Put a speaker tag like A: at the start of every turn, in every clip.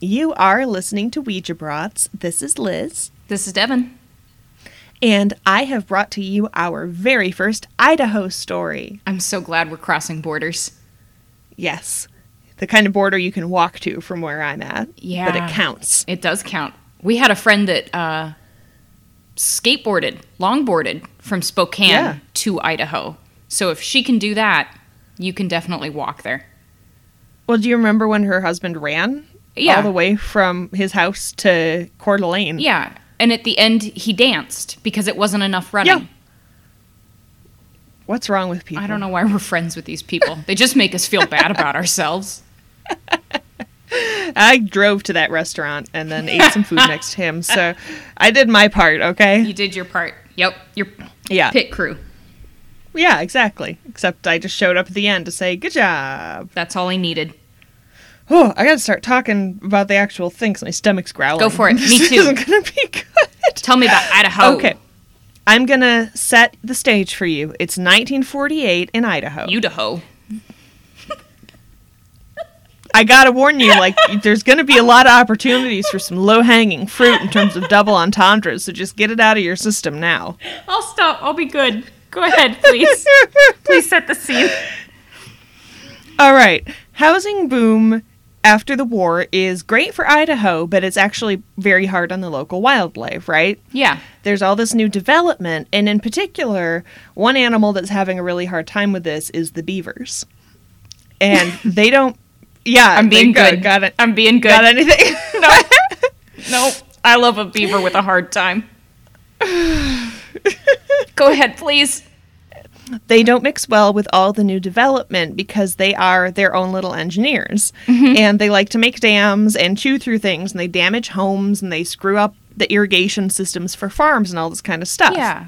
A: You are listening to Ouija Brats. This is Liz,
B: This is Devin.
A: and I have brought to you our very first Idaho story.
B: I'm so glad we're crossing borders.
A: Yes, the kind of border you can walk to from where I'm at. But
B: Yeah.
A: it counts.
B: It does count. We had a friend that uh, skateboarded, longboarded from Spokane
A: Yeah.
B: to Idaho. So if she can do that, you can definitely walk there.
A: Well, do you remember when her husband ran?
B: Yeah.
A: All the way from his house to Coeur d'Alene.
B: Yeah. And at the end, he danced because it wasn't enough running.
A: Yeah. What's wrong with people?
B: I don't know why we're friends with these people. They just make us feel bad about ourselves.
A: I drove to that restaurant and then ate some food next to him. So I did my part, okay?
B: You did your part. Yep. Your
A: Yeah.
B: pit crew.
A: Yeah, exactly. Except I just showed up at the end to say, good job.
B: That's all I needed.
A: Oh, I gotta start talking about the actual things. My stomach's growling.
B: Go for it. Me
A: This
B: too.
A: isn't gonna be good.
B: Tell me about Idaho.
A: Okay. I'm gonna set the stage for you. It's 1948 in Idaho.
B: Idaho.
A: I gotta warn you, like, there's gonna be a lot of opportunities for some low hanging fruit in terms of double entendres, so just get it out of your system now.
B: I'll stop. I'll be good. Go ahead, please. please set the scene.
A: All right. Housing boom after the war is great for Idaho, but it's actually very hard on the local wildlife, right?
B: Yeah.
A: There's all this new development, and in particular, one animal that's having a really hard time with this is the beavers. And they don't yeah,
B: I'm
A: they
B: being
A: go-
B: good.
A: Got it.
B: I'm being good.
A: Got anything? no.
B: Nope. I love a beaver with a hard time. Go ahead, please.
A: they don't mix well with all the new development because they are their own little engineers
B: Mm-hmm.
A: and they like to make dams and chew through things and they damage homes and they screw up the irrigation systems for farms and all this kind of stuff.
B: Yeah.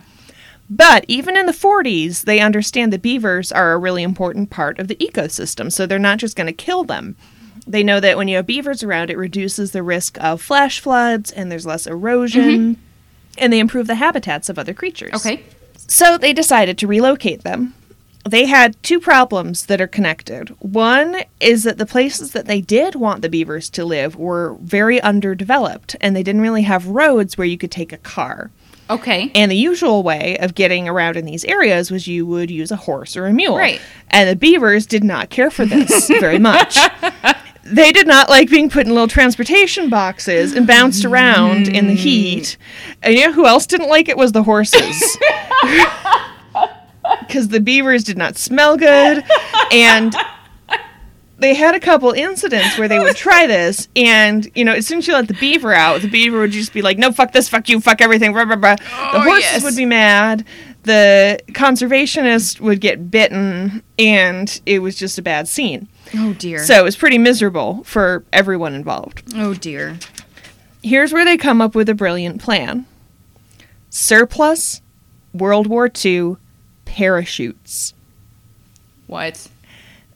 A: But even in the 40s, they understand that beavers are a really important part of the ecosystem, so they're not just going to kill them. They know that when you have beavers around, it reduces the risk of flash floods and there's less erosion. And they improve the habitats of other creatures.
B: Okay.
A: So they decided to relocate them. They had two problems that are connected. One is that the places that they did want the beavers to live were very underdeveloped and they didn't really have roads where you could take a car.
B: Okay.
A: And the usual way of getting around in these areas was you would use a horse or a mule.
B: Right.
A: And the beavers did not care for this very much. They did not like being put in little transportation boxes and bounced around in the
B: Mm.
A: heat. And you know who else didn't like it was the horses. Because the beavers did not smell good. And they had a couple incidents where they would try this. And, you know, as soon as you let the beaver out, the beaver would just be like, no, fuck this, fuck you, fuck everything, blah, blah, blah. The
B: Oh,
A: horses
B: yes.
A: would be mad. The conservationist would get bitten. And it was just a bad scene.
B: oh dear.
A: So it was pretty miserable for everyone involved.
B: oh dear.
A: Here's where they come up with a brilliant plan surplus World War II parachutes.
B: What?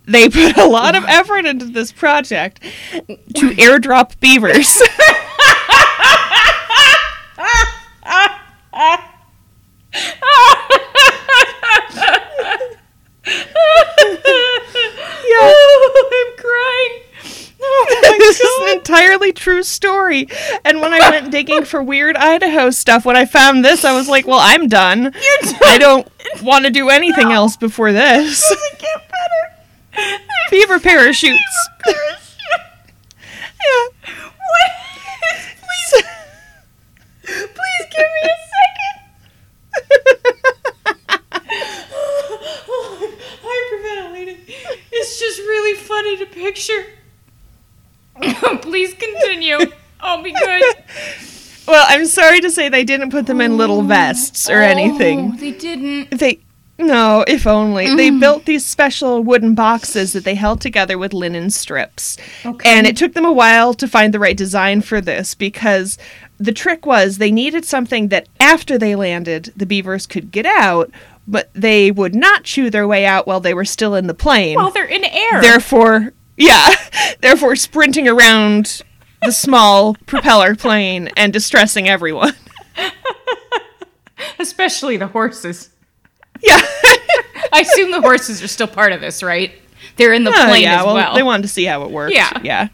A: They put a lot of effort into this project to airdrop beavers. Yeah.
B: Oh, I'm crying.
A: this is an entirely true story. And when I went digging for weird Idaho stuff, when I found this, I was like, well, I'm done. I don't want to do anything else before this.
B: Get better.
A: Beaver parachutes. yeah. Please.
B: Please give me a second. oh, I'm hyperventilating. It's just really funny to picture. Please continue. I'll be good.
A: well, I'm sorry to say they didn't put them in little vests or anything.
B: Oh, they didn't.
A: They no, if only. They
B: Mm-hmm.
A: built these special wooden boxes that they held together with linen strips.
B: Okay.
A: And it took them a while to find the right design for this because the trick was they needed something that after they landed, the beavers could get out, but they would not chew their way out while they were still in the plane.
B: Well, they're in air.
A: therefore, yeah, therefore sprinting around the small propeller plane and distressing everyone.
B: Especially the horses.
A: Yeah.
B: I assume the horses are still part of this, right? They're in the
A: Oh,
B: plane
A: yeah,
B: as
A: well,
B: well.
A: They wanted to see how it worked.
B: Yeah.
A: Yeah.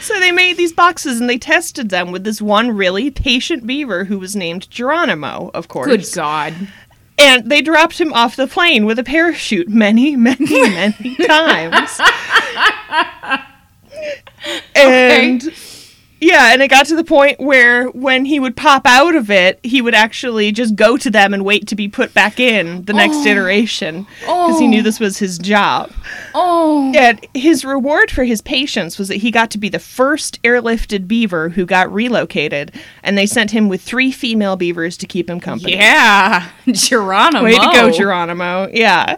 A: So they made these boxes and they tested them with this one really patient beaver who was named Geronimo, of course.
B: Good God.
A: And they dropped him off the plane with a parachute many, many, many times. and yeah, and it got to the point where when he would pop out of it, he would actually just go to them and wait to be put back in the next iteration because he knew this was his job.
B: Oh.
A: And his reward for his patience was that he got to be the first airlifted beaver who got relocated, and they sent him with three female beavers to keep him company.
B: Yeah. Geronimo.
A: Way to go, Geronimo. Yeah.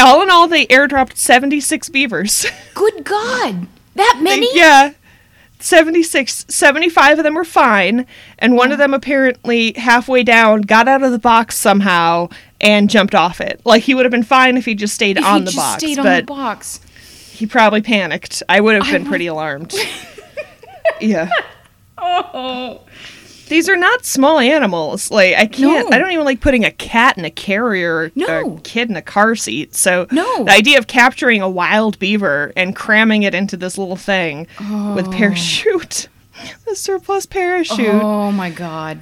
A: All in all, they airdropped 76 beavers.
B: Good God. That many?
A: yeah. 76. 75 of them were fine, and one of them apparently halfway down got out of the box somehow and jumped off it. Like he would have been fine if he just stayed
B: If
A: on
B: he
A: the
B: just
A: box.
B: stayed
A: but
B: on the box.
A: he probably panicked. I would have been
B: would-
A: pretty alarmed. yeah.
B: Oh.
A: These are not small animals. Like I can't
B: No.
A: I don't even like putting a cat in a carrier or
B: No.
A: a kid in a car seat. So
B: No.
A: the idea of capturing a wild beaver and cramming it into this little thing with parachute. The surplus parachute.
B: Oh my god.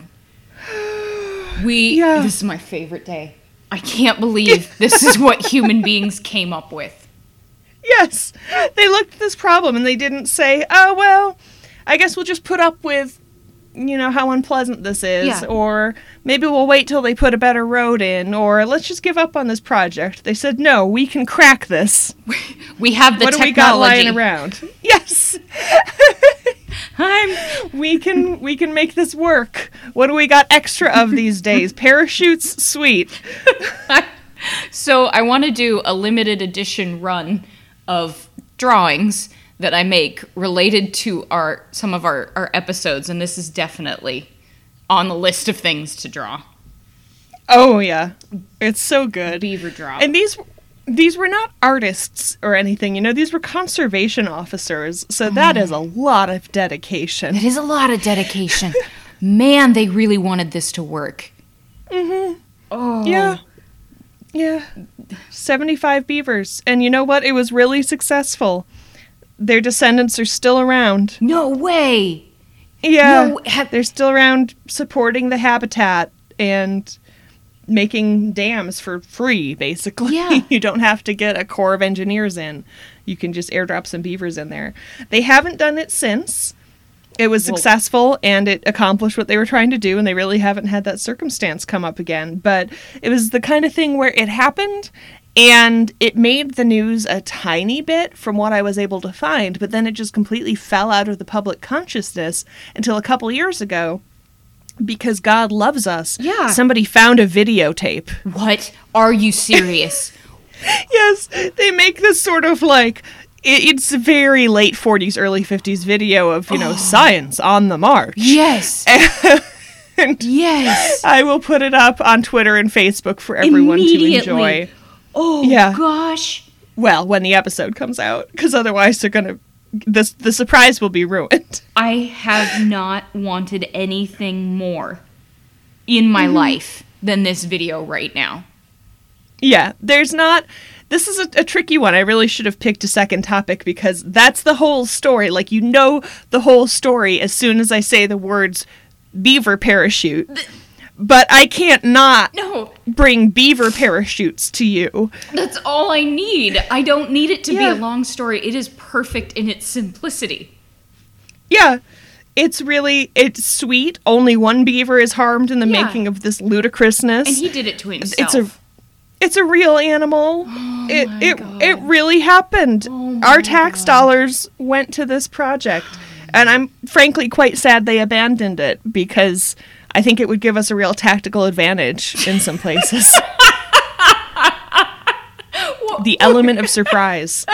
B: We
A: Yeah.
B: this is my favorite day. I can't believe this is what human beings came up with.
A: Yes. They looked at this problem and they didn't say, "Oh well, I guess we'll just put up with you know how unpleasant this is
B: Yeah.
A: or maybe we'll wait till they put a better road in or let's just give up on this project." They said, "No, we can crack this."
B: We have the
A: what do we
B: technology.
A: got lying around? Yes,
B: I'm
A: we can we can make this work. What do we got extra of these days? Parachutes, sweet.
B: so I want to do a limited edition run of drawings that I make related to our some of our, our episodes, and this is definitely on the list of things to draw.
A: Oh yeah, it's so good.
B: Beaver draw.
A: And these these were not artists or anything. You know, these were conservation officers. So that is a
B: Mm.
A: lot of dedication.
B: It is a lot of dedication. Man, they really wanted this to work. Mm-hmm. Oh.
A: Yeah. Yeah. 75 beavers. And you know what? It was really successful. Their descendants are still around.
B: No way.
A: Yeah.
B: No, have-
A: They're still around supporting the habitat and making dams for free, basically.
B: Yeah.
A: you don't have to get a Corps of Engineers in. You can just airdrop some beavers in there. They haven't done it since. It was
B: Well-
A: successful and it accomplished what they were trying to do, and they really haven't had that circumstance come up again. But it was the kind of thing where it happened and it made the news a tiny bit from what I was able to find, but then it just completely fell out of the public consciousness until a couple years ago because God loves us.
B: Yeah.
A: Somebody found a videotape.
B: What? Are you serious?
A: Yes, they make this sort of like it, it's very late 40s, early 50s video of, you
B: Oh.
A: know, science on the march.
B: yes. yes.
A: I will put it up on Twitter and Facebook for everyone to enjoy.
B: Immediately. Oh
A: Yeah.
B: gosh.
A: Well, when the episode comes out, because otherwise they're gonna this the surprise will be ruined.
B: I have not wanted anything more in my life than this video right now.
A: Yeah, there's not. This is a, a tricky one. I really should have picked a second topic because that's the whole story. Like, you know the whole story as soon as I say the words beaver parachute. But I can't not
B: No.
A: bring beaver parachutes to you.
B: That's all I need. I don't need it to
A: Yeah.
B: be a long story. It is perfect in its simplicity.
A: Yeah. It's really it's sweet. Only one beaver is harmed in the
B: Yeah.
A: making of this ludicrousness.
B: And he did it to himself. Oh
A: it's a it's a real animal. it
B: my
A: it
B: God. Oh
A: it really happened.
B: my
A: Our tax dollars went to this project, and I'm frankly quite sad they abandoned it because I think it would give us a real tactical advantage in some places. the element of surprise.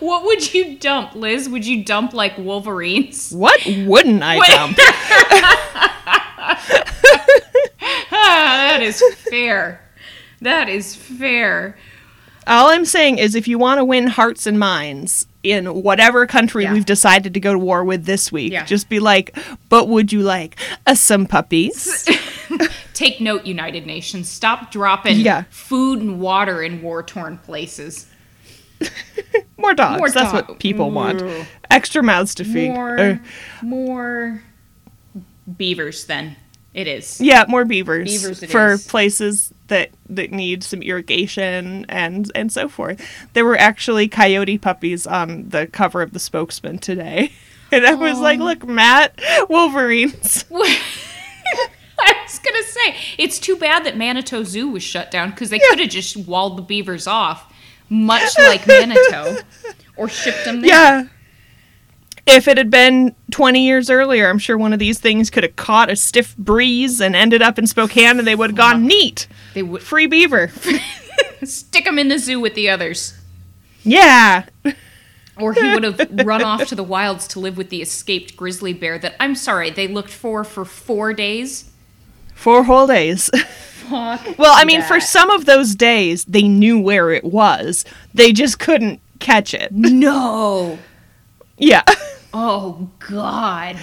B: What would you dump, Liz? Would you dump like wolverines?
A: What wouldn't I dump?
B: Ah, that is fair. that is fair.
A: All I'm saying is if you want to win hearts and minds in whatever country
B: Yeah.
A: we've decided to go to war with this week,
B: Yeah.
A: just be like, but would you like uh, some puppies?
B: Take note, United Nations. Stop dropping
A: Yeah.
B: food and water in war torn places.
A: More More dogs.
B: More
A: That's
B: dog-
A: what people want.
B: Ooh.
A: Extra mouths to feed.
B: More,
A: Uh,
B: more beavers. Then it is.
A: yeah, more beavers,
B: Beavers it
A: for
B: is.
A: places that that need some irrigation and and so forth. There were actually coyote puppies on the cover of the Spokesman today. And I was like, look, Matt, Wolverines.
B: I was gonna say it's too bad that Manitou Zoo was shut down because they could have just walled the beavers off, much like Manitou, or shipped them there.
A: Yeah. If it had been 20 years earlier, I'm sure one of these things could have caught a stiff breeze and ended up in Spokane and they would have gone neat.
B: They would
A: Free beaver.
B: stick them in the zoo with the others,
A: Yeah.
B: or he would have run off to the wilds to live with the escaped grizzly bear that I'm sorry they looked for for four days.
A: Four whole days.
B: Fuck
A: Well, I mean, for
B: that.
A: some of those days, they knew where it was. They just couldn't catch it.
B: no.
A: Yeah.
B: Oh God.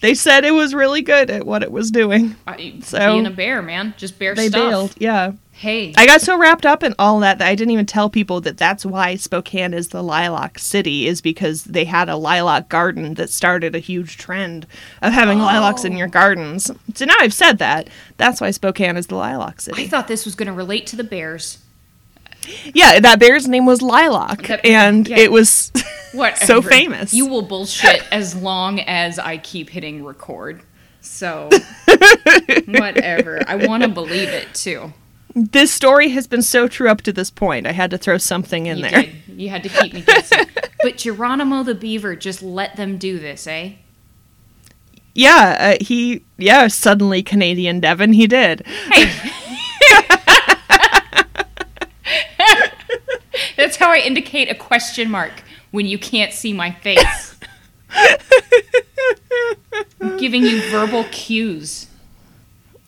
A: They said it was really good at what it was doing.
B: I,
A: So-
B: being a bear, man, just bear
A: They
B: stuff.
A: bailed. Yeah.
B: Hey,
A: I got so wrapped up in all that that I didn't even tell people that that's why Spokane is the lilac city is because they had a lilac garden that started a huge trend of having lilacs
B: Oh.
A: in your gardens. So now I've said that. That's why Spokane is the lilac
B: I
A: city.
B: thought this was going to relate to the bears.
A: Yeah, that bear's name was Lilac
B: That-
A: and
B: yeah.
A: it was
B: What?
A: so famous.
B: You will bullshit as long as I keep hitting record. So, whatever. I want to believe it too.
A: this story has been so true up to this point. I had to throw something in
B: you
A: there.
B: did. You had to keep me guessing. but Geronimo the beaver just let them do this, eh?
A: Yeah, uh, he yeah, suddenly Canadian Devon he did.
B: That's how I indicate a question mark when you can't see my face. I'm giving you verbal cues.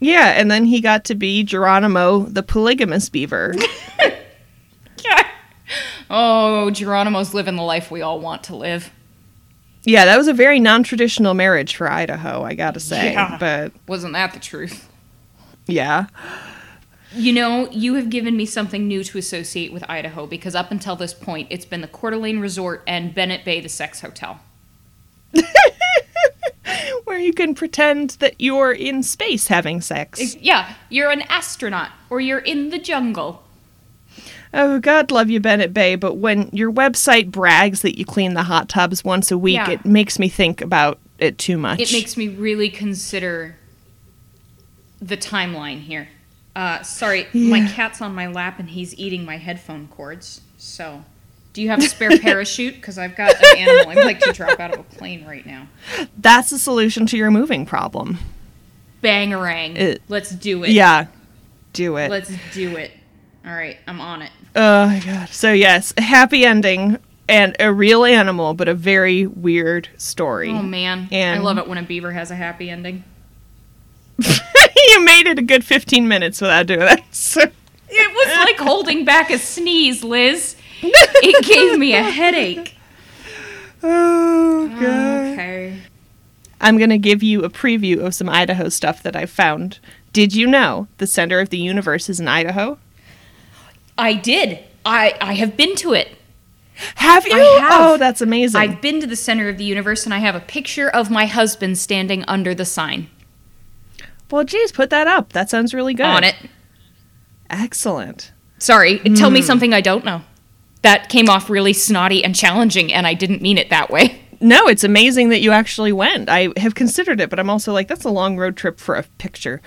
A: Yeah, and then he got to be Geronimo the polygamous beaver.
B: Oh, Geronimo's living the life we all want to live.
A: yeah, that was a very non traditional marriage for Idaho, I gotta say.
B: Yeah.
A: But
B: Wasn't that the truth?
A: yeah.
B: You know, you have given me something new to associate with Idaho because up until this point, it's been the Coeur d'Alene Resort and Bennett Bay, the sex hotel.
A: Where you can pretend that you're in space having sex.
B: It's- yeah, you're an astronaut or you're in the jungle.
A: oh, God love you, Bennett Bay, but when your website brags that you clean the hot tubs once a week,
B: Yeah.
A: it makes me think about it too much.
B: It makes me really consider the timeline here. Uh, sorry, my
A: Yeah.
B: cat's on my lap and he's eating my headphone cords. So, do you have a spare parachute? Because I've got an animal I'd like to drop out of a plane right now.
A: That's the solution to your moving problem.
B: Bangarang.
A: It-
B: Let's do it.
A: Yeah. Do it.
B: Let's do it. All right, I'm on it.
A: Oh my god. So yes, happy ending and a real animal, but a very weird story.
B: Oh man,
A: And-
B: I love it when a beaver has a happy ending.
A: you made it a good fifteen minutes without doing that. So
B: It was like holding back a sneeze, Liz. It gave me a headache.
A: Oh
B: Uh.
A: god.
B: Okay.
A: I'm gonna give you a preview of some Idaho stuff that I found. Did you know the center of the universe is in Idaho?
B: I did. I I have been to it.
A: Have you?
B: have.
A: Oh, that's amazing.
B: I've been to the center of the universe and I have a picture of my husband standing under the sign
A: well, geez, put that up. That sounds really good.
B: on it.
A: Excellent.
B: Sorry, tell
A: Hmm.
B: me something I don't know. That came off really snotty and challenging and I didn't mean it that way.
A: No, it's amazing that you actually went. I have considered it, but I'm also like, that's a long road trip for a picture.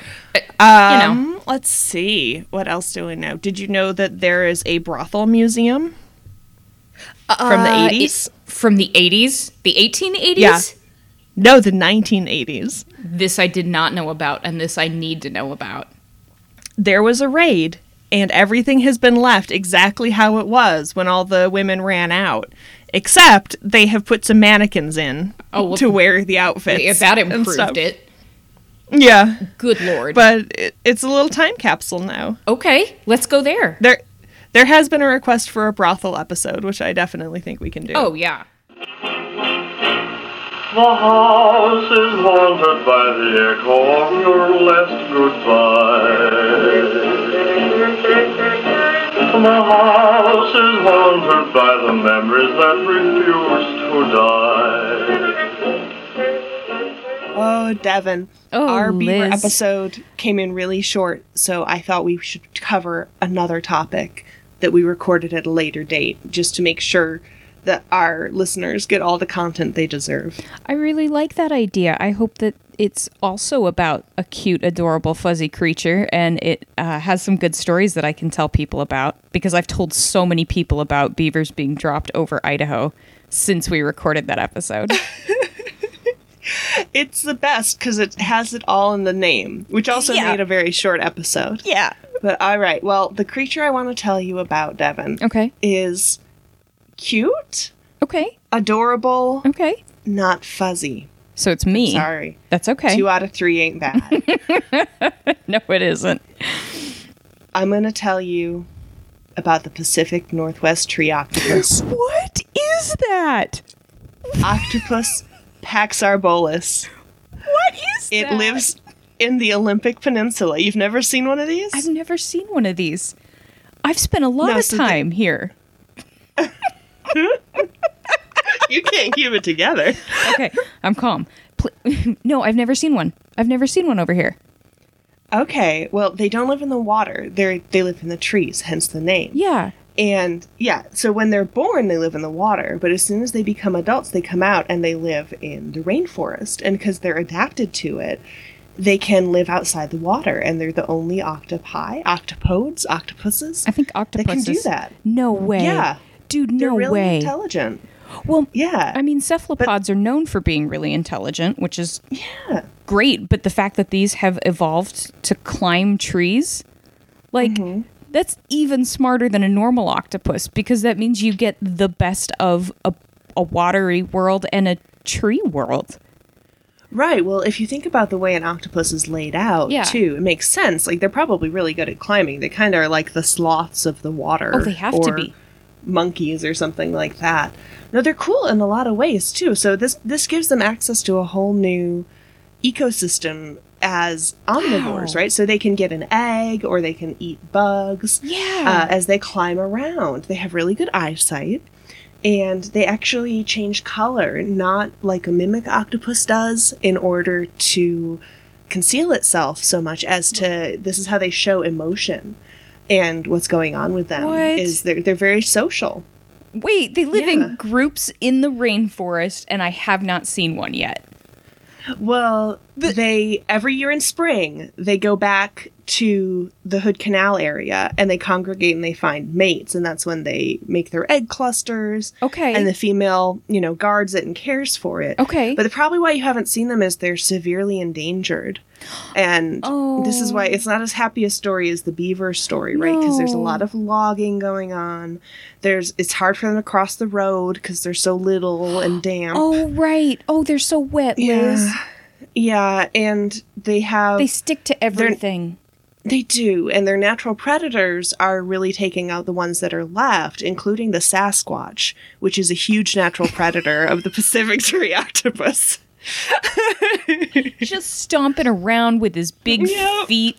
B: know.
A: Um, Let's see. What else do we know? Did you know that there is a brothel museum from the
B: Uh, it-
A: 80s?
B: From the 80s? The 1880s?
A: Yeah. no, the 1980s.
B: This I did not know about and this I need to know about.
A: There was a raid, and everything has been left exactly how it was when all the women ran out. Except they have put some mannequins in
B: Oh, well,
A: to wear the outfits.
B: If that
A: and stuff.
B: improved it.
A: Yeah,
B: Good lord.
A: but it, it's a little time capsule now.
B: okay, let's go there.
A: There, there has been a request for a brothel episode, which I definitely think we can do.
B: Oh, yeah.
C: The house is haunted by the echo of your last goodbye. The house is haunted by the memories that refuse to die.
A: Oh, Devin.
B: Oh,
A: Our beaver
B: Liz.
A: episode came in really short, so I thought we should cover another topic that we recorded at a later date just to make sure that our listeners get all the content they deserve.
B: I really like that idea. I hope that it's also about a cute, adorable, fuzzy creature, and it uh, has some good stories that I can tell people about because I've told so many people about beavers being dropped over Idaho since we recorded that episode.
A: It's the best because it has it all in the name, which also
B: Yeah.
A: made a very short episode.
B: yeah.
A: But all right, well, the creature I want to tell you about, Devin,
B: Okay.
A: is cute,
B: Okay.
A: adorable,
B: Okay.
A: not fuzzy.
B: So it's me.
A: Sorry.
B: That's okay.
A: Two out of three ain't bad.
B: no, it isn't.
A: I'm going to tell you about the Pacific Northwest tree octopus,
B: What is that?
A: Octopus paxarbolus.
B: What is
A: It lives in the Olympic Peninsula. You've never seen one of these?
B: I've never seen one of these. I've spent a lot
A: No,
B: of
A: so the-
B: time here.
A: you can't keep it together.
B: Okay, I'm calm. Pl- no, I've never seen one. I've never seen one over here.
A: Okay, well, they don't live in the water. They they live in the trees, hence the name.
B: Yeah.
A: And yeah, so when they're born, they live in the water, but as soon as they become adults, they come out and they live in the rainforest. And because they're adapted to it, they can live outside the water, and they're the only octopi, octopodes, octopuses.
B: I think octopuses.
A: that.
B: No way.
A: Yeah.
B: Dude,
A: they're
B: no
A: really
B: way.
A: intelligent.
B: well,
A: Yeah.
B: I mean, cephalopods are known for being really intelligent, which is
A: yeah.
B: great, but the fact that these have evolved to climb trees, like,
A: Mm-hmm.
B: that's even smarter than a normal octopus because that means you get the best of a, a watery world and a tree world.
A: Right. Well, if you think about the way an octopus is laid out,
B: Yeah.
A: too, it makes sense. Like they're probably really good at climbing. They kind of are like the sloths of the water.
B: Oh, they have to
A: or
B: be.
A: Monkeys or something like that. No, they're cool in a lot of ways too. So this this gives them access to a whole new ecosystem as omnivores,
B: Wow.
A: right? So they can get an egg or they can eat bugs.
B: Yeah.
A: Uh, as they climb around, they have really good eyesight and they actually change color, not like a mimic octopus does, in order to conceal itself so much as to this is how they show emotion and what's going on with them
B: What?
A: is they're, they're very social.
B: Wait, they live
A: Yeah.
B: in groups in the rainforest, and I have not seen one yet.
A: Well, they every year in spring they go back to the Hood Canal area and they congregate and they find mates and that's when they make their egg clusters.
B: Okay.
A: And the female, you know, guards it and cares for it.
B: Okay.
A: But the, probably why you haven't seen them is they're severely endangered. And this is why
B: Oh.
A: it's not as happy a story as the beaver story, right? Because there's a
B: No.
A: lot of logging going on. There's it's hard for them to cross the road because they're so little and damp.
B: Oh right. Oh, they're so wet, Liz.
A: Yeah. Yeah, and they have
B: They stick to everything.
A: they do, and their natural predators are really taking out the ones that are left, including the Sasquatch, which is a huge natural predator of the Pacific tree octopus.
B: Just stomping around with his big
A: Yep.
B: feet.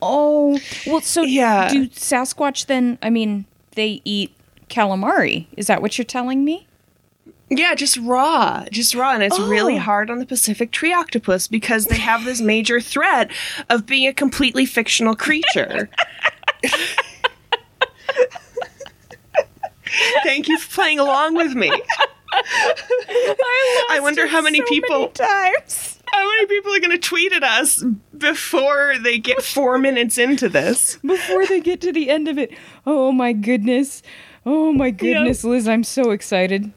B: Oh, well. So
A: Yeah.
B: do Sasquatch then? I mean, they eat calamari. Is that what you're telling me?
A: Yeah, just raw, just raw, and it's really
B: Oh.
A: hard on the Pacific tree octopus because they have this major threat of being a completely fictional creature. Thank you for playing along with me.
B: I,
A: I wonder how many people
B: times.
A: How many people are going to tweet at us before they get four minutes into this?
B: before they get to the end of it. Oh my goodness. Oh my goodness, Liz, I'm so excited.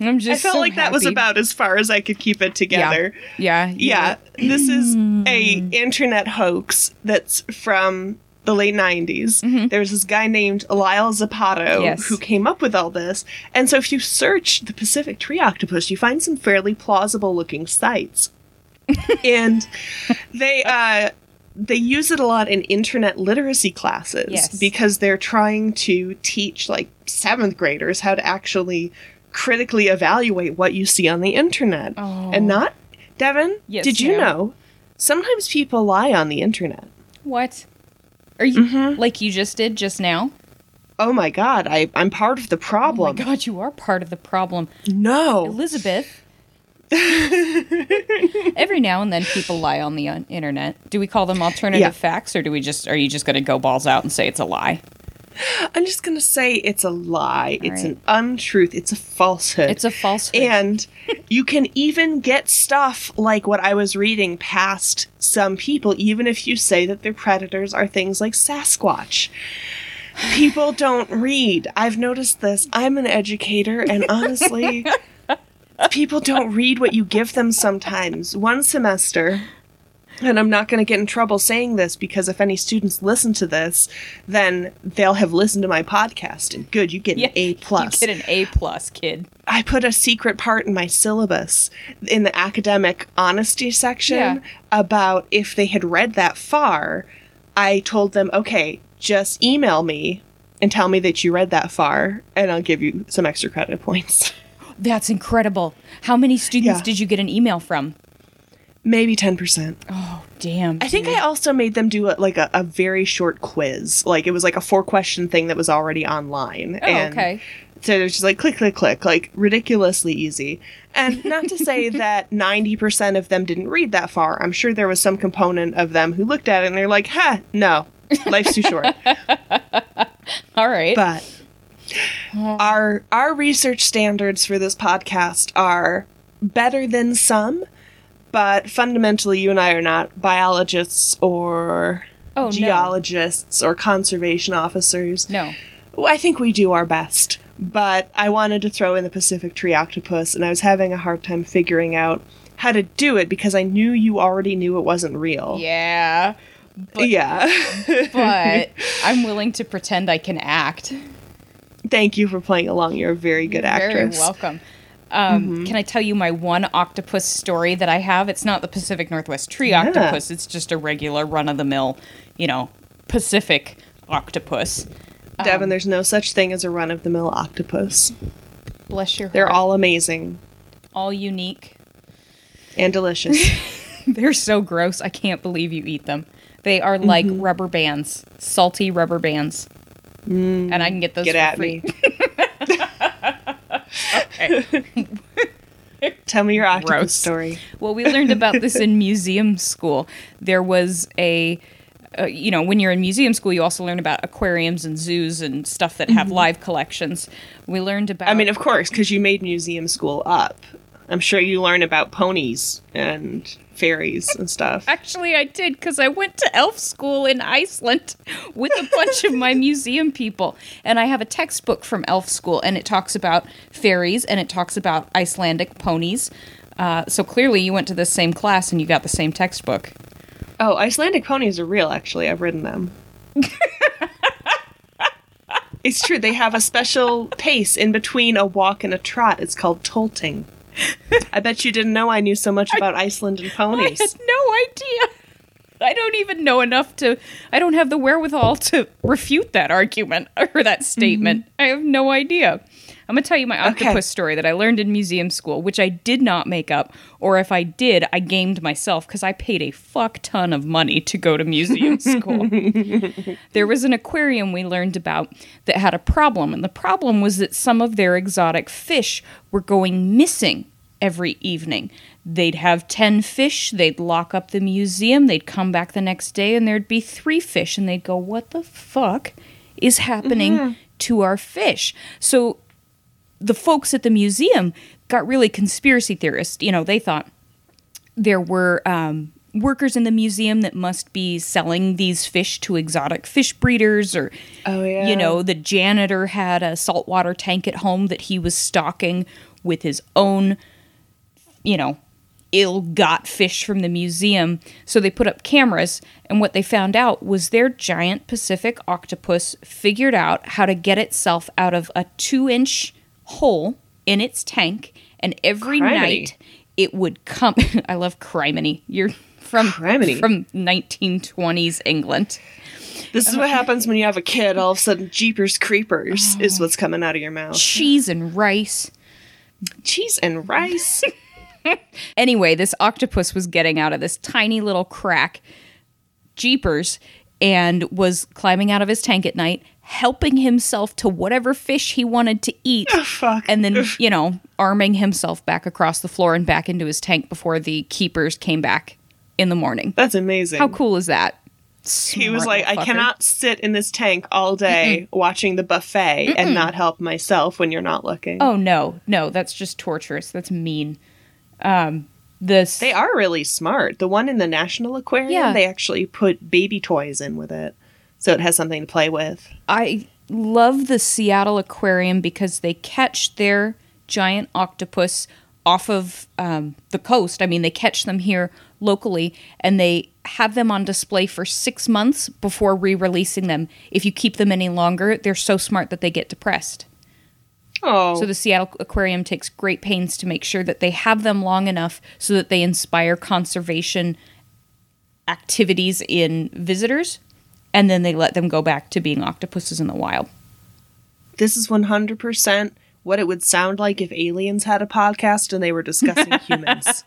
B: I'm
A: I
B: just
A: felt
B: so
A: like that was
B: happy.
A: about as far as I could keep it together.
B: Yeah. Mm.
A: Yeah, this is a internet hoax that's from the late 90s. There was this guy named Lyle Zapato
B: Mm-hmm. Yes.
A: who came up with all this. And so if you search the Pacific tree octopus, you find some fairly plausible looking sites. and they uh they use it a lot in internet literacy classes
B: Yes.
A: because they're trying to teach like 7th graders how to actually critically evaluate what you see on the internet
B: Oh.
A: and not Devin,
B: Yes,
A: did you
B: ma'am.
A: know sometimes people lie on the internet? Mm-hmm.
B: What? Are you like you just did just now?
A: oh my god, I, I'm part of the
B: Oh my
A: problem.
B: God, you are part of the problem.
A: no.
B: Elizabeth. Every now and then people lie on the uh, internet. Do we call them alternative
A: Yeah.
B: facts or do we just are you just going to go balls out and say it's a lie?
A: I'm just going to say it's a lie. it's
B: right.
A: an untruth. It's a falsehood.
B: It's a falsehood.
A: and you can even get stuff like what I was reading past some people, even if you say that their predators are things like Sasquatch. People don't read. I've noticed this. I'm an educator, and honestly, people don't read what you give them sometimes. One semester, and I'm not going to get in trouble saying this because if any students listen to this, then they'll have listened to my podcast. And good, you get an A plus.
B: You get an A plus, kid.
A: I put a secret part in my syllabus in the academic honesty section
B: Yeah.
A: about if they had read that far. I told them, okay, just email me and tell me that you read that far, and I'll give you some extra credit points.
B: That's incredible. How many students
A: Yeah.
B: did you get an email from?
A: Maybe 10%.
B: Oh, damn.
A: I think I also made them do a, like a, a very short quiz. Like it was like a four question thing that was already online.
B: Oh,
A: and
B: okay.
A: So it was just like click, click, click, like ridiculously easy. And not to say that 90% of them didn't read that far. I'm sure there was some component of them who looked at it and they're like, huh, no, life's too short.
B: All right.
A: But our our research standards for this podcast are better than some, but fundamentally you and I are not biologists or
B: Oh, no.
A: geologists or conservation officers.
B: no.
A: Well, I think we do our best, but I wanted to throw in the Pacific tree octopus, and I was having a hard time figuring out how to do it because I knew you already knew it wasn't real.
B: Yeah.
A: yeah.
B: But I'm willing to pretend I can act.
A: Thank you for playing along. You're a very good actress. Mm-hmm.
B: Very welcome. Um, Can I tell you my one octopus story that I have? It's not the Pacific Northwest tree octopus. It's just a regular run of the mill, you know, Pacific octopus. Um,
A: Devin, there's no such thing as a run of the mill octopus.
B: Bless your heart.
A: They're all amazing
B: all unique.
A: and delicious.
B: They're so gross. I can't believe you eat them. They are like
A: Mm-hmm.
B: rubber bands, salty rubber bands. and I can get those
A: Mm. Get
B: for
A: at
B: free.
A: me. Tell me your octopus
B: Gross.
A: story.
B: Well, we learned about this in museum school. There was a, uh, you know, when you're in museum school, you also learn about aquariums and zoos and stuff that have live collections. We learned about.
A: Mm-hmm. I mean, of course, because you made museum school up. I'm sure you learn about ponies and fairies and stuff.
B: Actually, I did because I went to elf school in Iceland with a bunch of my museum people. And I have a textbook from elf school, and it talks about fairies and it talks about Icelandic ponies. Uh, so clearly, you went to the same class and you got the same textbook.
A: Oh, Icelandic ponies are real, actually. I've ridden them. it's true. They have a special pace in between a walk and a trot. It's called tolting. I bet you didn't know I knew so much about Iceland and
B: I
A: ponies.
B: had no idea. I don't even know enough to. I don't have the wherewithal to refute that argument or that statement. I have no idea. I'm going to tell you my
A: Okay.
B: octopus story that I learned in museum school, which I did not make up, or if I did, I gamed myself because I paid a fuck ton of money to go to museum school. there was an aquarium we learned about that had a problem, and the problem was that some of their exotic fish were going missing every evening. They'd have 10 fish, they'd lock up the museum, they'd come back the next day, and there'd be three fish, and they'd go, What the fuck is happening to our fish? So the folks at the museum got really conspiracy theorists. You know, they thought there were um, workers in the museum that must be selling these fish to exotic fish breeders or
A: Oh, yeah.
B: you know the janitor had a saltwater tank at home that he was stocking with his own you know ill-got fish from the museum so they put up cameras and what they found out was their giant pacific octopus figured out how to get itself out of a two-inch hole in its tank and every
A: Criminy.
B: night it would come. I love criminy. You're from
A: Criminy.
B: from 1920s England.
A: This is what happens when you have a kid. All of a sudden, Jeepers
B: Oh.
A: Creepers is what's coming out of your mouth.
B: Cheese and rice.
A: Cheese and rice.
B: Anyway, this octopus was getting out of this tiny little crack. Jeepers. and was climbing out of his tank at night, helping himself to whatever fish he wanted to eat,
A: Oh, fuck.
B: and then, you know, arming himself back across the floor and back into his tank before the keepers came back in the morning.
A: That's amazing.
B: How cool is that?
A: He was
B: Smart
A: like,
B: little
A: I
B: fucker.
A: cannot sit in this tank all day watching the buffet and not help myself when you're not looking.
B: Oh no, no, that's just torturous. That's mean. Um, this
A: They are really smart. The one in the National Aquarium,
B: Yeah.
A: they actually put baby toys in with it. So it has something to play with.
B: I love the Seattle Aquarium because they catch their giant octopus off of um, the coast. I mean, they catch them here locally and they have them on display for six months before re releasing them. If you keep them any longer, they're so smart that they get depressed.
A: Oh.
B: So the Seattle Aquarium takes great pains to make sure that they have them long enough so that they inspire conservation activities in visitors and then they let them go back to being octopuses in the wild.
A: this is 100% what it would sound like if aliens had a podcast and they were discussing humans.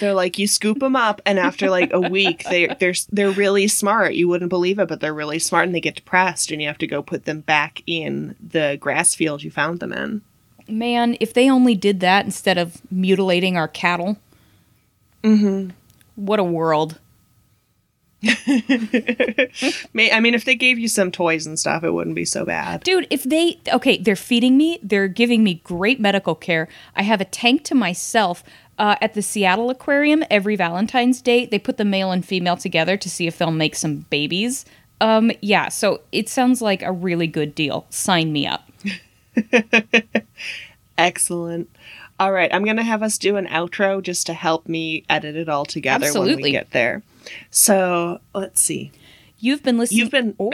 A: They're like you scoop them up, and after like a week, they they're they're really smart. You wouldn't believe it, but they're really smart, and they get depressed, and you have to go put them back in the grass field you found them in.
B: Man, if they only did that instead of mutilating our cattle. Mhm.
A: Mm-hmm.
B: What a world.
A: May, I mean, if they gave you some toys and stuff, it wouldn't be so bad.
B: Dude, if they okay, they're feeding me, they're giving me great medical care. I have a tank to myself. Uh, at the Seattle Aquarium, every Valentine's Day, they put the male and female together to see if they'll make some babies. Um, yeah, so it sounds like a really good deal. Sign me up.
A: Excellent. All right, I'm going to have us do an outro just to help me edit it all together when we
B: Absolutely.
A: get there. So let's see.
B: You've been listening.
A: You've been-
B: Oh,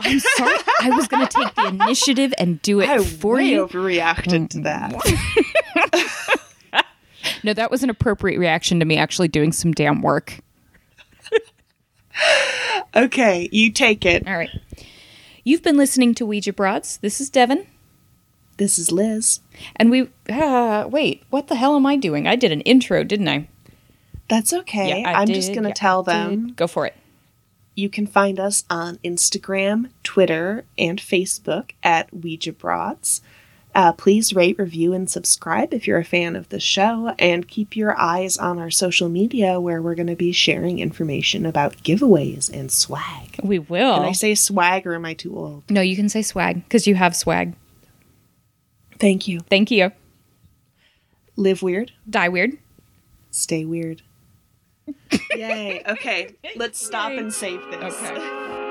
B: I'm sorry. I was going to take the initiative and do it
A: I Mm-hmm.
B: for
A: way
B: you.
A: overreacted to that.
B: No, that was an appropriate reaction to me actually doing some damn work.
A: Okay, you take it.
B: All right. You've been listening to Ouija Broads. This is Devin.
A: This is Liz.
B: And we uh, wait, what the hell am I doing? I did an intro, didn't I?
A: That's okay.
B: I
A: I'm just
B: did.
A: going to
B: Yeah,
A: tell
B: I
A: them
B: did. Go for it.
A: you can find us on Instagram, Twitter, and Facebook at Ouija Broads. Uh, please rate, review, and subscribe if you're a fan of the show, and keep your eyes on our social media where we're going to be sharing information about giveaways and swag.
B: We will.
A: Can I say swag or am I too old?
B: no, you can say swag because you have swag.
A: Thank you.
B: Thank you.
A: Live weird,
B: Die weird.
A: stay weird. Yay. Okay, let's stop and save this.
B: Okay.